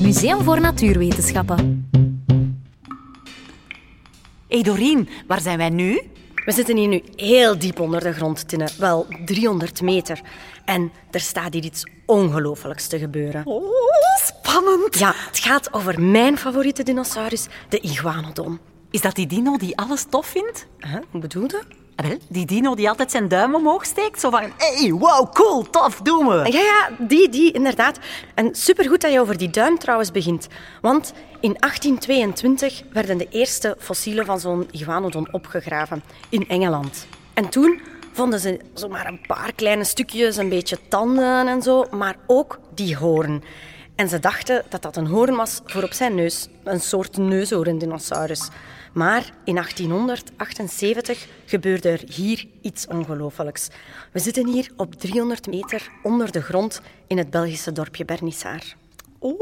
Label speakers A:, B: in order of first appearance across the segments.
A: Museum voor Natuurwetenschappen.
B: Hé hey Doreen, waar zijn wij nu?
C: We zitten hier nu heel diep onder de grond, Tinne. Wel 300 meter. En er staat hier iets ongelooflijks te gebeuren.
B: Oh, spannend.
C: Ja, het gaat over mijn favoriete dinosaurus, de iguanodon.
B: Is dat die dino die alles tof vindt?
C: Huh? Hoe bedoelde?
B: Ah, wel, die dino die altijd zijn duim omhoog steekt. Zo van, hey, wow, cool, tof, doen we.
C: Ja, ja, die, die, inderdaad. En supergoed dat je over die duim trouwens begint. Want in 1822 werden de eerste fossielen van zo'n iguanodon opgegraven in Engeland. En toen vonden ze zomaar een paar kleine stukjes, een beetje tanden en zo, maar ook die hoorn. En ze dachten dat dat een hoorn was voor op zijn neus, een soort neushoorndinosaurus. Maar in 1878 gebeurde er hier iets ongelooflijks. We zitten hier op 300 meter onder de grond in het Belgische dorpje Bernissaar.
B: Oeh,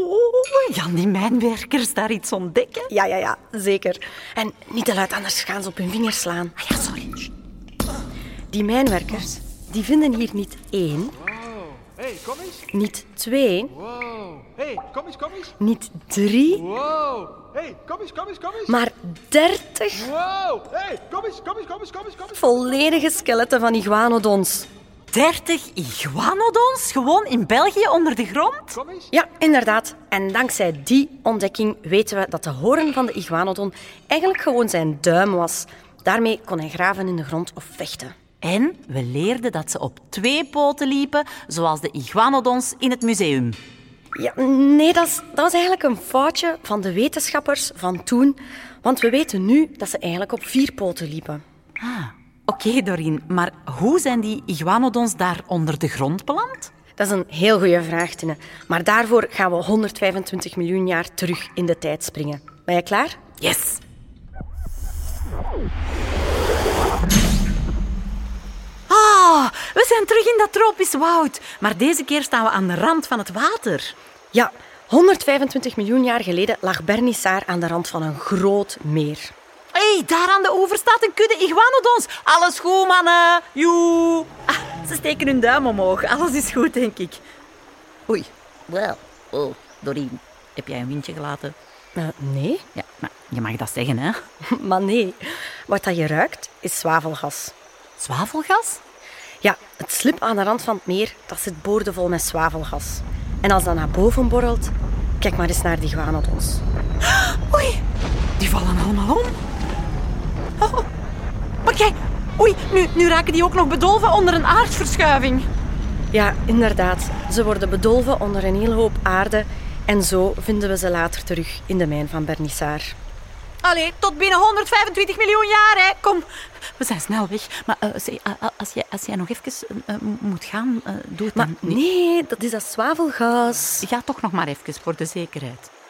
B: gaan die mijnwerkers daar iets ontdekken?
C: Ja, ja, ja, zeker. En niet te luid, anders gaan ze op hun vingers slaan.
B: Ah ja, sorry.
C: Die mijnwerkers, die vinden hier niet één,
D: Hey, kom eens.
C: niet twee,
D: Wow. Hey, kom eens, kom eens.
C: niet drie,
D: Wow. Hey, kom eens, kom eens, kom eens.
C: maar dertig
D: Wow. Hey, kom eens, kom eens, kom eens, kom eens, kom eens.
C: volledige skeletten van iguanodons.
B: 30 iguanodons gewoon in België onder de grond?
D: Kom eens.
C: Ja, inderdaad. En dankzij die ontdekking weten we dat de hoorn van de iguanodon eigenlijk gewoon zijn duim was. Daarmee kon hij graven in de grond of vechten.
B: En we leerden dat ze op twee poten liepen, zoals de iguanodons in het museum.
C: Ja, nee, dat, is- dat was eigenlijk een foutje van de wetenschappers van toen. Want we weten nu dat ze eigenlijk op vier poten liepen.
B: Ah, oké Doreen, maar hoe zijn die iguanodons daar onder de grond beland?
C: Dat is een heel goede vraag, Tine. Maar daarvoor gaan we 125 miljoen jaar terug in de tijd springen. Ben je klaar?
B: Yes! Ah, we zijn terug in dat tropisch woud. Maar deze keer staan we aan de rand van het water.
C: Ja, 125 miljoen jaar geleden lag Bernissaar aan de rand van een groot meer.
B: Hé, hey, daar aan de oever staat een kudde iguanodons. Alles goed, mannen. Joe. Ah, ze steken hun duim omhoog. Alles is goed, denk ik. Oei. Wel. Oh, Doreen. Heb jij een windje gelaten?
C: Eh, nee,
B: Ja, maar je mag dat zeggen, hè.
C: maar nee. Wat dat je ruikt, is zwavelgas.
B: Zwavelgas?
C: Ja, het slip aan de rand van het meer, dat zit boordevol met zwavelgas. En als dat naar boven borrelt, kijk maar eens naar die guanodons.
B: Oei, die vallen allemaal om. Oh, maar kijk, oei, nu, nu raken die ook nog bedolven onder een aardverschuiving.
C: Ja, inderdaad. Ze worden bedolven onder een hele hoop aarde. En zo vinden we ze later terug in de mijn van Bernissaar.
B: Allee, tot binnen 125 miljoen jaar, hè. Kom, we zijn snel weg. Maar eh, zeg, eh, eh, als, jij, als jij nog even eh, eh, moet gaan, eh, doe het
C: Maar
B: dan.
C: nee, dat is dat zwavelgas.
B: Ga toch nog maar even, voor de zekerheid.